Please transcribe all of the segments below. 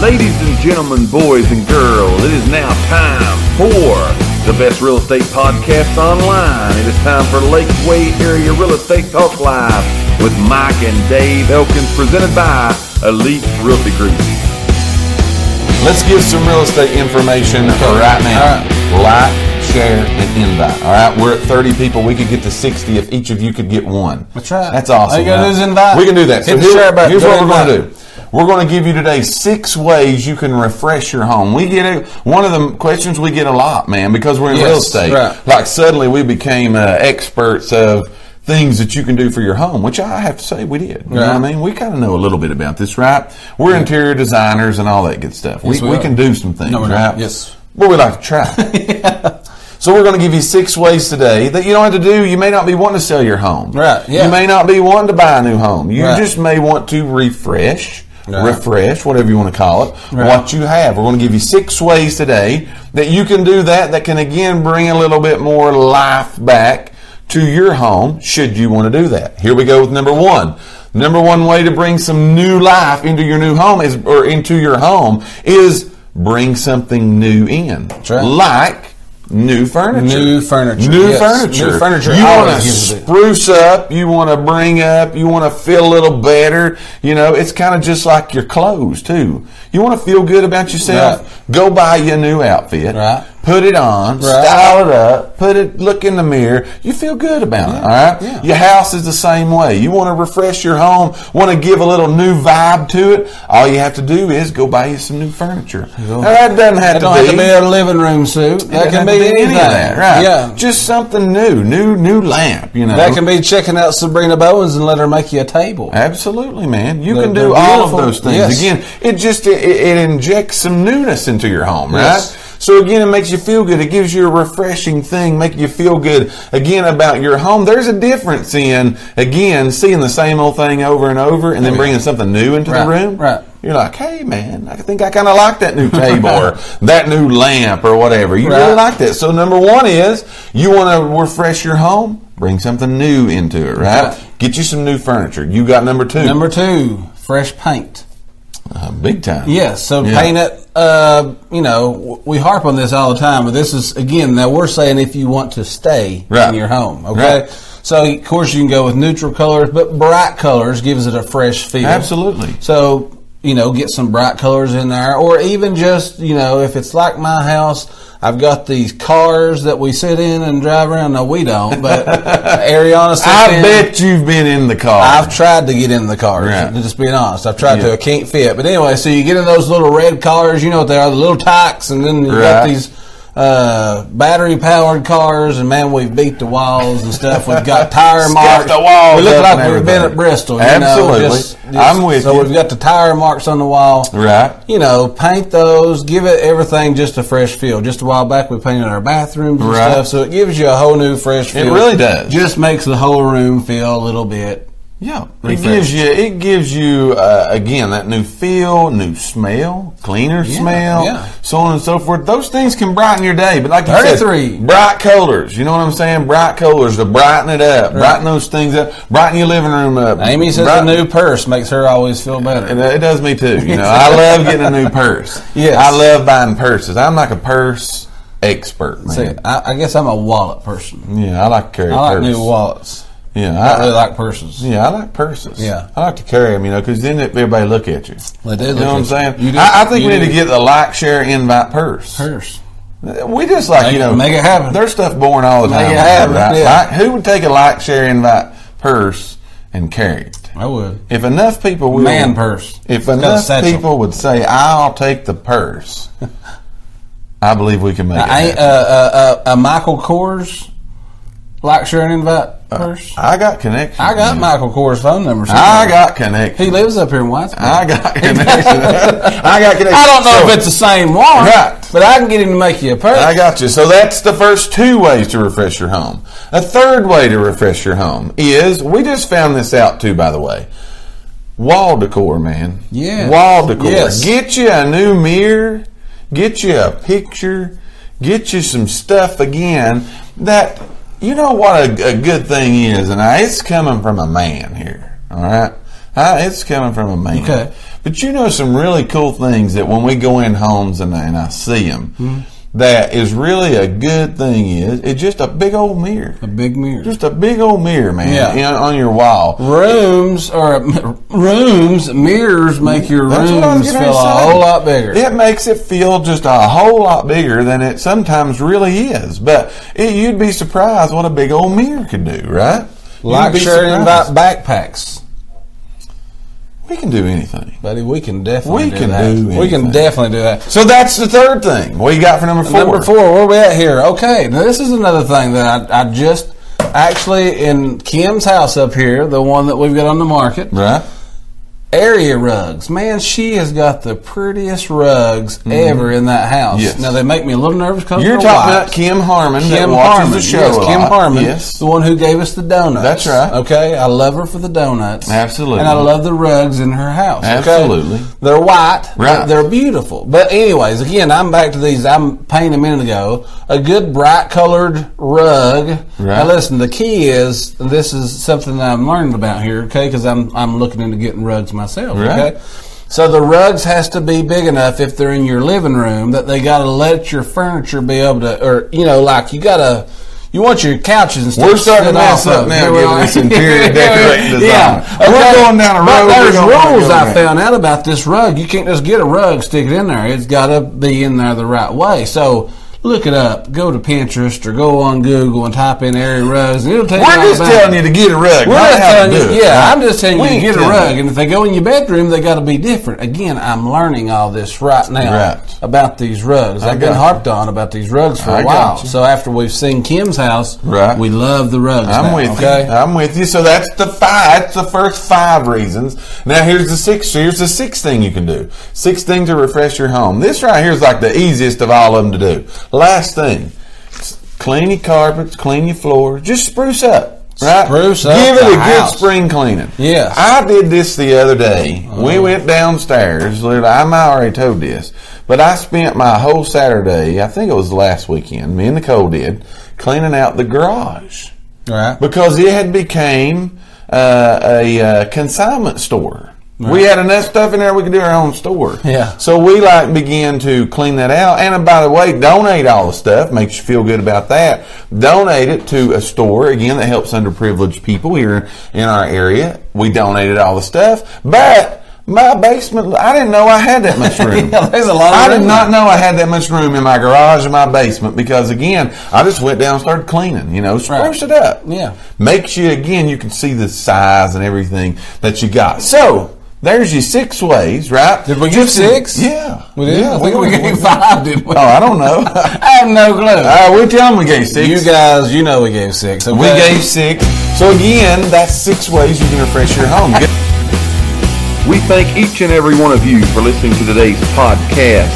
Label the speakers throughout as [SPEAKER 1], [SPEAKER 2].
[SPEAKER 1] Ladies and gentlemen, boys and girls, it is now time for the best real estate podcast online. It is time for Lakeway Area Real Estate Talk Live with Mike and Dave Elkins, presented by Elite Realty Group.
[SPEAKER 2] Let's give some real estate information right now. Like, share, and invite. All right, we're at 30 people. We could get to 60 if each of you could get one.
[SPEAKER 3] That's right.
[SPEAKER 2] That's awesome.
[SPEAKER 3] All you gotta
[SPEAKER 2] right?
[SPEAKER 3] do is invite.
[SPEAKER 2] We can do that.
[SPEAKER 3] Hit the
[SPEAKER 2] here-
[SPEAKER 3] share button.
[SPEAKER 2] Here's
[SPEAKER 3] Go
[SPEAKER 2] what we're going to
[SPEAKER 3] invite.
[SPEAKER 2] do. We're going to give you today six ways you can refresh your home. We get it. One of the questions we get a lot, man, because we're in
[SPEAKER 3] Yes,
[SPEAKER 2] real estate.
[SPEAKER 3] right.
[SPEAKER 2] Like suddenly we became uh, experts of things that you can do for your home, which I have to say we did. You know what I
[SPEAKER 3] Right.
[SPEAKER 2] mean? We kind of know a little bit about this, right? We're interior designers and all that good stuff. we
[SPEAKER 3] Yes, we
[SPEAKER 2] we
[SPEAKER 3] are.
[SPEAKER 2] can do some things,
[SPEAKER 3] No, we're not.
[SPEAKER 2] right?
[SPEAKER 3] Yes.
[SPEAKER 2] But we like to try. So we're going to give you six ways today that you don't have to do. You may not be wanting to sell your home.
[SPEAKER 3] Right, yeah.
[SPEAKER 2] You may not be wanting to buy a new home. You
[SPEAKER 3] Right.
[SPEAKER 2] just may want to refresh,
[SPEAKER 3] Right.
[SPEAKER 2] refresh, whatever you want to call it,
[SPEAKER 3] Right.
[SPEAKER 2] what you have. We're going to give you six ways today that you can do that. That can again bring a little bit more life back to your home, should you want to do that. Here we go with number one. Number one way to bring some new life into your new home is, or into your home is bring something new in.
[SPEAKER 3] right.
[SPEAKER 2] Like new furniture.
[SPEAKER 3] New furniture,
[SPEAKER 2] New
[SPEAKER 3] yes.
[SPEAKER 2] furniture.
[SPEAKER 3] New furniture
[SPEAKER 2] You
[SPEAKER 3] always
[SPEAKER 2] want to
[SPEAKER 3] gives it.
[SPEAKER 2] spruce up. You want to bring up. You want to feel a little better. You know, it's kind of just like your clothes too. You want to feel good about yourself. Go buy you a new outfit.
[SPEAKER 3] Right.
[SPEAKER 2] Put it on. Style it up. Put it. Look in the mirror. You feel good about it. All right.
[SPEAKER 3] Yeah.
[SPEAKER 2] Your house is the same way. You want to refresh your home. Want to give a little new vibe to it. All you have to do is go buy you some new furniture. Now, that doesn't have,
[SPEAKER 3] That don't have to be a living room suit. That
[SPEAKER 2] it doesn't
[SPEAKER 3] can be
[SPEAKER 2] have to
[SPEAKER 3] anything.
[SPEAKER 2] any of that, right?
[SPEAKER 3] Yeah.
[SPEAKER 2] just something new, new, new lamp. You know,
[SPEAKER 3] That can be checking out Sabrina Bowens and let her make you a table.
[SPEAKER 2] absolutely, man. You
[SPEAKER 3] They're-
[SPEAKER 2] can do
[SPEAKER 3] they're
[SPEAKER 2] all of
[SPEAKER 3] beautiful.
[SPEAKER 2] those things.
[SPEAKER 3] Yes.
[SPEAKER 2] Again, it just it, it injects some newness into your home, right?
[SPEAKER 3] Yes.
[SPEAKER 2] So again, it makes you feel good. It gives you a refreshing thing, make you feel good again about your home. There's a difference in again seeing the same old thing over and over, and then bringing something new into the
[SPEAKER 3] Oh, Right,
[SPEAKER 2] room.
[SPEAKER 3] right.
[SPEAKER 2] You're like, hey man, I think I kind of like that new table or that new lamp or whatever. You really
[SPEAKER 3] Right.
[SPEAKER 2] like that. So number one is you want to refresh your home, bring something new into it, right?
[SPEAKER 3] Right.
[SPEAKER 2] Get you some new furniture. You got number two,
[SPEAKER 3] Number two, fresh paint.
[SPEAKER 2] Uh, big time.
[SPEAKER 3] Yes, so
[SPEAKER 2] Yeah.
[SPEAKER 3] paint it. Uh, you know, w- we harp on this all the time, but this is again. Now we're saying if you want to stay
[SPEAKER 2] Right.
[SPEAKER 3] in your home, okay.
[SPEAKER 2] Right.
[SPEAKER 3] So of course you can go with neutral colors, but bright colors gives it a fresh feel.
[SPEAKER 2] Absolutely.
[SPEAKER 3] So you know, get some bright colors in there, or even just you know, if it's like my house, I've got these cars that we sit in and drive around. No, we don't, but Ariana. sits
[SPEAKER 2] I
[SPEAKER 3] in-
[SPEAKER 2] bet you've been in the car.
[SPEAKER 3] I've tried to get in the cars.
[SPEAKER 2] Right.
[SPEAKER 3] Just being honest, I've tried
[SPEAKER 2] Yeah.
[SPEAKER 3] to. I can't fit. But anyway, so you get in those little red cars. You know what they are? The little tykes, and then you
[SPEAKER 2] Right.
[SPEAKER 3] got these uh, battery powered cars. And man, we've beat the walls and stuff. We've got tire
[SPEAKER 2] Scuffed
[SPEAKER 3] marks.
[SPEAKER 2] the walls
[SPEAKER 3] We look
[SPEAKER 2] up
[SPEAKER 3] like
[SPEAKER 2] and
[SPEAKER 3] we've been
[SPEAKER 2] everything.
[SPEAKER 3] at Bristol. You
[SPEAKER 2] Absolutely.
[SPEAKER 3] Know, just, just-
[SPEAKER 2] I'm with
[SPEAKER 3] so
[SPEAKER 2] you.
[SPEAKER 3] we've got the tire marks on the wall.
[SPEAKER 2] Right.
[SPEAKER 3] You know, paint those. Give it everything just a fresh feel. Just a while back, we painted our bathrooms and
[SPEAKER 2] Right.
[SPEAKER 3] stuff, so it gives you a whole new fresh feel.
[SPEAKER 2] really does.
[SPEAKER 3] Just makes the whole room feel a little bit
[SPEAKER 2] Yeah, it
[SPEAKER 3] Refresh.
[SPEAKER 2] gives you it gives you uh, again that new feel, new smell, cleaner smell,
[SPEAKER 3] yeah.
[SPEAKER 2] so on and so forth. Those things can brighten your day, but like you
[SPEAKER 3] Thirty-three.
[SPEAKER 2] said, bright colors. You know what I'm saying? Bright colors to brighten it up, brighten those things up, brighten your living room up.
[SPEAKER 3] Amy says
[SPEAKER 2] brighten-
[SPEAKER 3] the new purse makes her always feel better.
[SPEAKER 2] and, uh, it does me too. You know, I love getting a new purse.
[SPEAKER 3] Yes.
[SPEAKER 2] I love buying purses. I'm like a purse expert, man.
[SPEAKER 3] See, I, I guess I'm a wallet person.
[SPEAKER 2] yeah, I like to carry.
[SPEAKER 3] I like
[SPEAKER 2] purses.
[SPEAKER 3] new wallets.
[SPEAKER 2] Yeah,
[SPEAKER 3] I don't really like purses.
[SPEAKER 2] Yeah, I like purses.
[SPEAKER 3] Yeah.
[SPEAKER 2] I like to carry them, you know, because then everybody look at you.
[SPEAKER 3] They do
[SPEAKER 2] You
[SPEAKER 3] look
[SPEAKER 2] know what I'm
[SPEAKER 3] at
[SPEAKER 2] saying?
[SPEAKER 3] you. You do-
[SPEAKER 2] I, I think
[SPEAKER 3] you
[SPEAKER 2] we need
[SPEAKER 3] do.
[SPEAKER 2] to get the like, share, invite purse.
[SPEAKER 3] Purse.
[SPEAKER 2] We just like
[SPEAKER 3] Make-
[SPEAKER 2] you know,
[SPEAKER 3] make it happen.
[SPEAKER 2] There's stuff born all the
[SPEAKER 3] Make
[SPEAKER 2] time.
[SPEAKER 3] it happen,
[SPEAKER 2] right?
[SPEAKER 3] yeah.
[SPEAKER 2] Like, who would take a like, share, invite purse and carry it?
[SPEAKER 3] I would.
[SPEAKER 2] If enough people would,
[SPEAKER 3] Man purse.
[SPEAKER 2] If
[SPEAKER 3] got a
[SPEAKER 2] enough
[SPEAKER 3] satchel.
[SPEAKER 2] people would say, "I'll take the purse," I believe we can make
[SPEAKER 3] I
[SPEAKER 2] it.
[SPEAKER 3] ain't uh,
[SPEAKER 2] happen.
[SPEAKER 3] uh, uh, uh, Michael Kors like sharing invite purse.
[SPEAKER 2] Uh, I got connection.
[SPEAKER 3] uh, I got
[SPEAKER 2] man.
[SPEAKER 3] Michael Kors phone number. somewhere.
[SPEAKER 2] I got connection.
[SPEAKER 3] He lives up here in Whitesburg.
[SPEAKER 2] I got connection. I got connection.
[SPEAKER 3] I don't know
[SPEAKER 2] So-
[SPEAKER 3] if it's the same one,
[SPEAKER 2] Right.
[SPEAKER 3] but I can get him to make you a purse.
[SPEAKER 2] I got you. So that's the first two ways to refresh your home. A third way to refresh your home is we just found this out too, by the way. Wall decor, man.
[SPEAKER 3] Yes.
[SPEAKER 2] Wall decor.
[SPEAKER 3] Yes.
[SPEAKER 2] Get you a new mirror. Get you a picture. Get you some stuff again. That you know what a, a good thing is, and I, it's coming from a man here. All right, I, it's coming from a man.
[SPEAKER 3] Okay.
[SPEAKER 2] But you know some really cool things that when we go in homes and, and I see them,
[SPEAKER 3] Mm-hmm.
[SPEAKER 2] that is really a good thing is it's just a big old mirror.
[SPEAKER 3] A big mirror.
[SPEAKER 2] Just a big old mirror, man,
[SPEAKER 3] Yeah.
[SPEAKER 2] in- on your wall.
[SPEAKER 3] rooms or rooms mirrors make your
[SPEAKER 2] That's what I was
[SPEAKER 3] rooms
[SPEAKER 2] gonna
[SPEAKER 3] feel a
[SPEAKER 2] say.
[SPEAKER 3] whole lot bigger.
[SPEAKER 2] It makes it feel just a whole lot bigger than it sometimes really is. But it, you'd be surprised what a big old mirror could do, right? You'd
[SPEAKER 3] like
[SPEAKER 2] be
[SPEAKER 3] sharing about
[SPEAKER 2] surprised.
[SPEAKER 3] backpacks,
[SPEAKER 2] we can do anything.
[SPEAKER 3] buddy. We can definitely
[SPEAKER 2] We
[SPEAKER 3] do
[SPEAKER 2] can
[SPEAKER 3] that.
[SPEAKER 2] do
[SPEAKER 3] we can
[SPEAKER 2] anything.
[SPEAKER 3] definitely do that.
[SPEAKER 2] So that's the third thing. What you got for number four?
[SPEAKER 3] Number four, where we at here? Okay, now this is another thing that I, I just actually in Kim's house up here, the one that we've got on the market.
[SPEAKER 2] Right?
[SPEAKER 3] area rugs. Man, she has got the prettiest rugs ever in that house.
[SPEAKER 2] Mm-hmm. Yes.
[SPEAKER 3] Now they make me a little nervous because
[SPEAKER 2] You're
[SPEAKER 3] they're
[SPEAKER 2] talking
[SPEAKER 3] white.
[SPEAKER 2] about Kim Harmon that
[SPEAKER 3] Kim
[SPEAKER 2] watches
[SPEAKER 3] Harmon.
[SPEAKER 2] the show.
[SPEAKER 3] yes,
[SPEAKER 2] a
[SPEAKER 3] Kim
[SPEAKER 2] lot.
[SPEAKER 3] Harmon.
[SPEAKER 2] Yes.
[SPEAKER 3] the one who gave us the donuts.
[SPEAKER 2] That's right.
[SPEAKER 3] Okay, I love her for the donuts.
[SPEAKER 2] Absolutely.
[SPEAKER 3] and I love the rugs in her house. okay?
[SPEAKER 2] Absolutely.
[SPEAKER 3] they're white.
[SPEAKER 2] Right.
[SPEAKER 3] they're beautiful. But anyways, again, I'm back to these. I'm painting a minute ago. A good bright colored rug. Now
[SPEAKER 2] Right.
[SPEAKER 3] listen, the key is and this is something that I'm learning about here. Okay, because I'm I'm looking into getting rugs myself.
[SPEAKER 2] Right.
[SPEAKER 3] Okay. So the rugs has to be big enough if they're in your living room that they got to let your furniture be able to, or you know, like you got to. You want your couches and stuff.
[SPEAKER 2] We're starting
[SPEAKER 3] sit
[SPEAKER 2] to mess
[SPEAKER 3] off
[SPEAKER 2] up
[SPEAKER 3] of.
[SPEAKER 2] now,
[SPEAKER 3] Here we
[SPEAKER 2] giving
[SPEAKER 3] are.
[SPEAKER 2] this interior decorating design.
[SPEAKER 3] Yeah,
[SPEAKER 2] And we're going down a road
[SPEAKER 3] But
[SPEAKER 2] we
[SPEAKER 3] there's
[SPEAKER 2] don't wanna
[SPEAKER 3] rules
[SPEAKER 2] go
[SPEAKER 3] I
[SPEAKER 2] down.
[SPEAKER 3] found out about this rug. You can't just get a rug, stick it in there. It's got to be in there the right way. So look it up. Go to Pinterest or go on Google and type in area rugs, and it'll tell you.
[SPEAKER 2] We're
[SPEAKER 3] all
[SPEAKER 2] just
[SPEAKER 3] about
[SPEAKER 2] telling
[SPEAKER 3] it.
[SPEAKER 2] you to get a rug,
[SPEAKER 3] We're
[SPEAKER 2] not
[SPEAKER 3] not
[SPEAKER 2] how to
[SPEAKER 3] telling
[SPEAKER 2] do
[SPEAKER 3] you.
[SPEAKER 2] it.
[SPEAKER 3] Yeah,
[SPEAKER 2] right?
[SPEAKER 3] I'm just telling
[SPEAKER 2] We
[SPEAKER 3] you to
[SPEAKER 2] ain't
[SPEAKER 3] get a
[SPEAKER 2] telling
[SPEAKER 3] rug,
[SPEAKER 2] you.
[SPEAKER 3] and if they go in your bedroom, they got to be different. Again, I'm learning all this right now
[SPEAKER 2] Right.
[SPEAKER 3] about these rugs. I've been
[SPEAKER 2] got you.
[SPEAKER 3] harped on about these rugs for a
[SPEAKER 2] I got
[SPEAKER 3] while.
[SPEAKER 2] you.
[SPEAKER 3] So after we've seen Kim's house,
[SPEAKER 2] Right.
[SPEAKER 3] we love the rugs.
[SPEAKER 2] I'm
[SPEAKER 3] now,
[SPEAKER 2] with
[SPEAKER 3] okay?
[SPEAKER 2] you. I'm with you. So that's the five. That's the first five reasons. Now here's the sixth. Here's the sixth thing you can do. Six things to refresh your home. This right here is like the easiest of all of them to do. Last thing, s- clean your carpets, clean your floors, just spruce up. Right?
[SPEAKER 3] Spruce up
[SPEAKER 2] Give it
[SPEAKER 3] the
[SPEAKER 2] a
[SPEAKER 3] house.
[SPEAKER 2] good spring cleaning.
[SPEAKER 3] Yes. Oh,
[SPEAKER 2] I did this the other day. We went downstairs. literally, I'm- I already told this, but I spent my whole Saturday. I think it was last weekend. Me and Nicole did cleaning out the garage
[SPEAKER 3] Right.
[SPEAKER 2] because it had became uh, a uh, consignment store. We had enough stuff in there we could do our own store.
[SPEAKER 3] Yeah.
[SPEAKER 2] So we like began to clean that out. And uh, by the way, donate all the stuff. Makes you feel good about that. Donate it to a store again that helps underprivileged people here in our area. We donated all the stuff, but my basement, I didn't know I had that much room.
[SPEAKER 3] Yeah, there's a lot of
[SPEAKER 2] I
[SPEAKER 3] room
[SPEAKER 2] did not
[SPEAKER 3] there.
[SPEAKER 2] know I had that much room in my garage and my basement because again, I just went down and started cleaning, you know, spruce
[SPEAKER 3] Right.
[SPEAKER 2] it up
[SPEAKER 3] Yeah.
[SPEAKER 2] makes you again you can see the size and everything that you got so there's your six ways right
[SPEAKER 3] Did we get six?
[SPEAKER 2] yeah
[SPEAKER 3] We did.
[SPEAKER 2] yeah
[SPEAKER 3] I think we,
[SPEAKER 2] went-
[SPEAKER 3] gave five, didn't we?
[SPEAKER 2] oh i don't know
[SPEAKER 3] I have no clue.
[SPEAKER 2] uh, we tell them we gave six
[SPEAKER 3] you guys, you know we gave six.
[SPEAKER 2] we
[SPEAKER 3] okay?
[SPEAKER 2] gave six so again that's six ways you can refresh your home Get-
[SPEAKER 1] We thank each and every one of you for listening to today's podcast.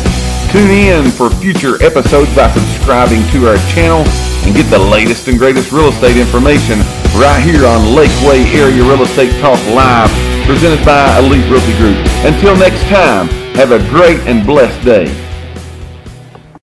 [SPEAKER 1] Tune in for future episodes by subscribing to our channel and get the latest and greatest real estate information right here on Lakeway Area Real Estate Talk Live, presented by Elite Realty Group. Until next time, have a great and blessed day.